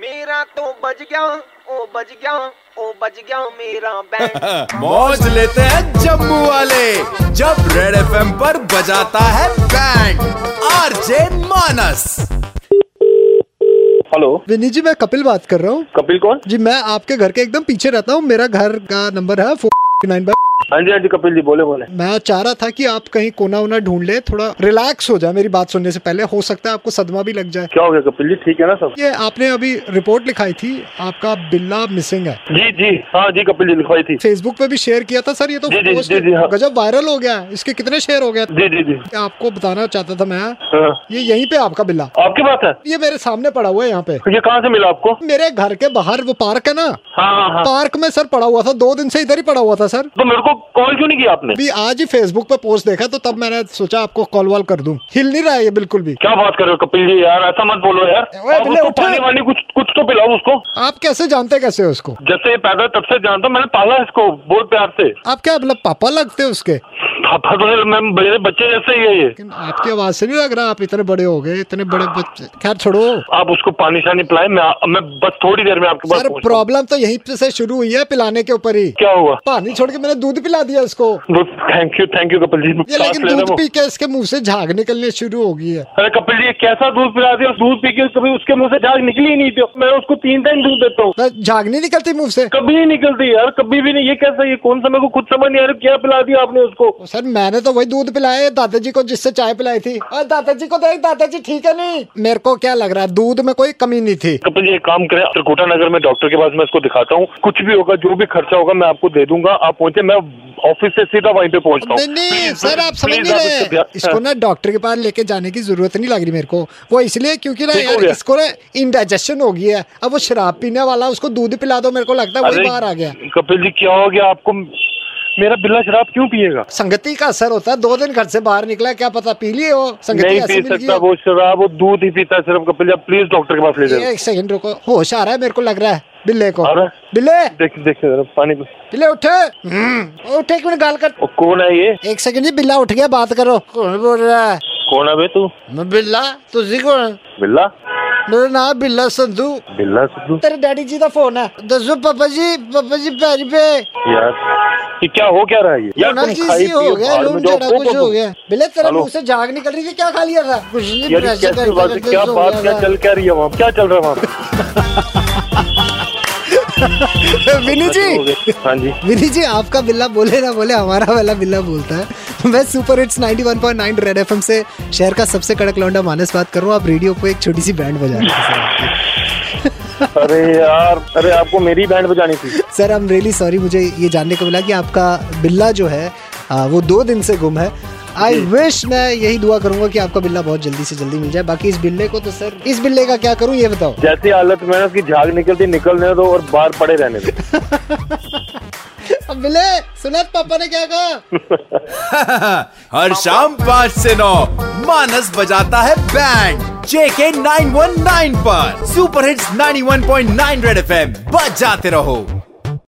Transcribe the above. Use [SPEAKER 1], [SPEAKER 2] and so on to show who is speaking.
[SPEAKER 1] मेरा तो बज गया ओ बज गया ओ बज गया मेरा बैंड
[SPEAKER 2] मौज लेते हैं जम्मू वाले जब रेड एफएम पर बजाता है band RJ Manas
[SPEAKER 3] hello
[SPEAKER 4] Vini ji मैं कपिल बात कर रहा हूँ
[SPEAKER 3] कपिल कौन
[SPEAKER 4] जी मैं आपके घर के एकदम पीछे रहता हूँ मेरा घर का नंबर है फोर नाइन
[SPEAKER 3] हाँ जी हाँ जी कपिल जी बोले बोले
[SPEAKER 4] मैं चाह रहा था कि आप कहीं कोना वोना ढूंढ ले थोड़ा रिलैक्स हो जाए मेरी बात सुनने से पहले हो सकता है आपको सदमा भी लग जाए
[SPEAKER 3] क्या हो गया कपिल जी ठीक है ना सब
[SPEAKER 4] ये आपने अभी रिपोर्ट लिखाई थी आपका बिल्ला मिसिंग है
[SPEAKER 3] जी जी हाँ जी कपिल जी लिखवाई थी
[SPEAKER 4] फेसबुक पे भी शेयर किया था सर ये तो
[SPEAKER 3] जी, जी,
[SPEAKER 4] पोस्ट
[SPEAKER 3] जी, जी, हाँ।
[SPEAKER 4] गजब वायरल हो गया है। इसके कितने शेयर हो गए
[SPEAKER 3] जी जी जी
[SPEAKER 4] आपको बताना चाहता था मैं
[SPEAKER 3] हाँ।
[SPEAKER 4] ये यहीं पे आपका बिल्ला
[SPEAKER 3] आपके पास है
[SPEAKER 4] ये मेरे सामने पड़ा हुआ है यहाँ पे
[SPEAKER 3] ये कहाँ से मिला आपको
[SPEAKER 4] मेरे घर के बाहर वो पार्क है ना
[SPEAKER 3] हाँ हाँ हाँ
[SPEAKER 4] पार्क में सर पड़ा हुआ था दो दिन से इधर ही पड़ा हुआ था सर
[SPEAKER 3] तो मेरे को कॉल क्यों नहीं किया आपने
[SPEAKER 4] अभी आज ही फेसबुक पे पोस्ट देखा तो तब मैंने सोचा आपको कॉल वॉल कर दूं हिल नहीं रहा है ये बिल्कुल भी
[SPEAKER 3] क्या बात कर रहे हो कपिल जी यार ऐसा मत बोलो यार
[SPEAKER 4] ओए,
[SPEAKER 3] आप
[SPEAKER 4] बिल्ले,
[SPEAKER 3] उसको
[SPEAKER 4] उठो।
[SPEAKER 3] पानी वानी कुछ कुछ तो पिलाओ उसको
[SPEAKER 4] आप कैसे जानते कैसे हो उसको
[SPEAKER 3] जब से ये पैदा है, तब से जानता हूँ मैंने पाला है इसको बहुत प्यार से
[SPEAKER 4] आप क्या मतलब पापा लगते हो उसके लेकिन
[SPEAKER 3] पापा तो है, मैं मेरे बच्चे जैसे ही है ये
[SPEAKER 4] आपकी आवाज से नहीं लग रहा आप इतने बड़े हो गए इतने बड़े बच्चे खैर छोड़ो
[SPEAKER 3] आप उसको पानी शानी पिलाए मैं मैं बस थोड़ी देर में आपके पास
[SPEAKER 4] सर
[SPEAKER 3] पहुंचता हूँ।
[SPEAKER 4] प्रॉब्लम तो यहीं पे से शुरू हुई है पिलाने के ऊपर ही
[SPEAKER 3] क्या हुआ
[SPEAKER 4] पानी छोड़ के मैंने दूध पिला दिया उसको
[SPEAKER 3] thank you thank you Kapil ji
[SPEAKER 4] ये
[SPEAKER 3] सांस
[SPEAKER 4] लेकिन
[SPEAKER 3] ले रहा
[SPEAKER 4] दूध
[SPEAKER 3] हूँ।
[SPEAKER 4] पी के इसके मुंह से झाग निकलने शुरू हो गई है
[SPEAKER 3] अरे कपिल जी ये कैसा दूध पिला दिया दूध पी के कभी उसके मुंह से झाग निकली ही नहीं थी मैं उसको तीन टाइम दूध देता हूँ
[SPEAKER 4] बस झाग नहीं निकलती मुंह से
[SPEAKER 3] कभी नहीं निकलती यार कभी भी नहीं ये कैसा ये कौन सा मेरे को खुद समझ नहीं आ रहा क्या पिला दिया आपने उसको
[SPEAKER 4] सर मैंने तो वही दूध पिलाया है दादाजी को जिससे चाय पिलाई थी और दादाजी को देख दादाजी ठीक है नहीं मेरे को क्या लग रहा है दूध में कोई कमी नहीं थी
[SPEAKER 3] कपिल जी एक काम करें त्रिकुटा नगर में डॉक्टर के पास मैं इसको दिखाता हूँ कुछ भी होगा जो भी खर्चा होगा मैं आपको दे दूंगा आप पहुंचे मैं ऑफिस से सीधा वहीं पे पहुंचता हूँ
[SPEAKER 4] नहीं नहीं
[SPEAKER 3] Please,
[SPEAKER 4] सर आप
[SPEAKER 3] please,
[SPEAKER 4] समझ
[SPEAKER 3] please,
[SPEAKER 4] नहीं
[SPEAKER 3] आप
[SPEAKER 4] रहे
[SPEAKER 3] इससे ध्यान-
[SPEAKER 4] इसको ना डॉक्टर के पास लेके जाने की जरूरत नहीं लग रही मेरे को वो इसलिए क्योंकि ना
[SPEAKER 3] ठीक हो
[SPEAKER 4] यार
[SPEAKER 3] गया।
[SPEAKER 4] इसको ना इंडाइजेशन हो गया है अब वो शराब पीने वाला उसको दूध पिला दो मेरे को लगता है
[SPEAKER 3] अरे,
[SPEAKER 4] वही बाहर आ गया
[SPEAKER 3] कपिल जी क्या हो गया आपको मेरा बिल्ला शराब क्यों पिएगा
[SPEAKER 4] संगति का असर होता है दो दिन घर से बाहर निकला क्या पता पी लिए हो संगति
[SPEAKER 3] नहीं
[SPEAKER 4] ऐसी
[SPEAKER 3] पी
[SPEAKER 4] मिल गई
[SPEAKER 3] सकता
[SPEAKER 4] हो।
[SPEAKER 3] वो शराब वो दूध ही पीता है सिर्फ कपिल जी प्लीज डॉक्टर के पास ले जाओ
[SPEAKER 4] ये एक सेकंड रुको होश आ रहा है मेरे को लग रहा है बिल्ले को
[SPEAKER 3] आ रहा है?
[SPEAKER 4] बिल्ले
[SPEAKER 3] देखिए देखिए जरा पानी पी-
[SPEAKER 4] बिल्ले उठे हम्म, उठे एक मिनट गाल कर
[SPEAKER 3] ओ, कौन है ये
[SPEAKER 4] एक सेकंड जी बिल्ला उठ गया बात करो कौन बोल रहा है
[SPEAKER 3] कौन है बे तू
[SPEAKER 4] मैं बिल्ला तुझी कौन
[SPEAKER 3] बिल्ला
[SPEAKER 4] मेरा नाम बिल्ला संधू
[SPEAKER 3] बिल्ला सिद्धू
[SPEAKER 4] तेरे डैडी जी का फोन है दसो पापा जी पापा जी पैरी पे
[SPEAKER 3] यार ये क्या हो क्या रहा है ये यार
[SPEAKER 4] लोना
[SPEAKER 3] तुम
[SPEAKER 4] की
[SPEAKER 3] खाई
[SPEAKER 4] सी हो
[SPEAKER 3] पियो,
[SPEAKER 4] गया
[SPEAKER 3] बाहर
[SPEAKER 4] लोन
[SPEAKER 3] में जाओ,
[SPEAKER 4] जड़ा
[SPEAKER 3] पो,
[SPEAKER 4] कुछ
[SPEAKER 3] पो,
[SPEAKER 4] हो
[SPEAKER 3] पो।
[SPEAKER 4] गया बिल्ले तेरे
[SPEAKER 3] हेलो।
[SPEAKER 4] मुंह से झाग निकल रही थी क्या खा लिया था कुछ नहीं
[SPEAKER 3] यार ये
[SPEAKER 4] ऐसे
[SPEAKER 3] कैसी
[SPEAKER 4] करके
[SPEAKER 3] बात है
[SPEAKER 4] करके
[SPEAKER 3] क्या
[SPEAKER 4] सो
[SPEAKER 3] बात
[SPEAKER 4] तो गया
[SPEAKER 3] क्या
[SPEAKER 4] था।
[SPEAKER 3] चल क्या रही है वहाँ क्या चल रहा है वहाँ पे?
[SPEAKER 4] विनी
[SPEAKER 3] ऐसे हो
[SPEAKER 4] जी
[SPEAKER 3] गया। हाँ जी
[SPEAKER 4] विनी जी आपका बिल्ला बोले ना बोले हमारा वाला बिल्ला बोलता है मैं सुपर हिट्स 91.9 रेड एफएम से शहर का सबसे कड़क लौंडा मानस बात कर रहा हूँ आप रेडियो को एक छोटी सी बैंड बजा रहे हैं सर।
[SPEAKER 3] अरे यार अरे आपको मेरी बैंड बजानी थी
[SPEAKER 4] sir I am really sorry मुझे ये जानने को मिला कि आपका बिल्ला जो है आ, वो दो दिन से गुम है आई विश मैं यही दुआ करूंगा कि आपका बिल्ला बहुत जल्दी से जल्दी मिल जाए बाकी इस बिल्ले को तो सर इस बिल्ले का क्या करूं ये बताओ
[SPEAKER 3] जैसी हालत में ना उसकी झाग निकलती निकलने दो और बाहर पड़े रहने दो
[SPEAKER 4] अब बिल्ले सुना पापा ने क्या कहा
[SPEAKER 2] हर शाम पाँच से नौ मानस बजाता है बैंड जेके 919 पर सुपर हिट्स 91.9 रेड एफएम बजाते रहो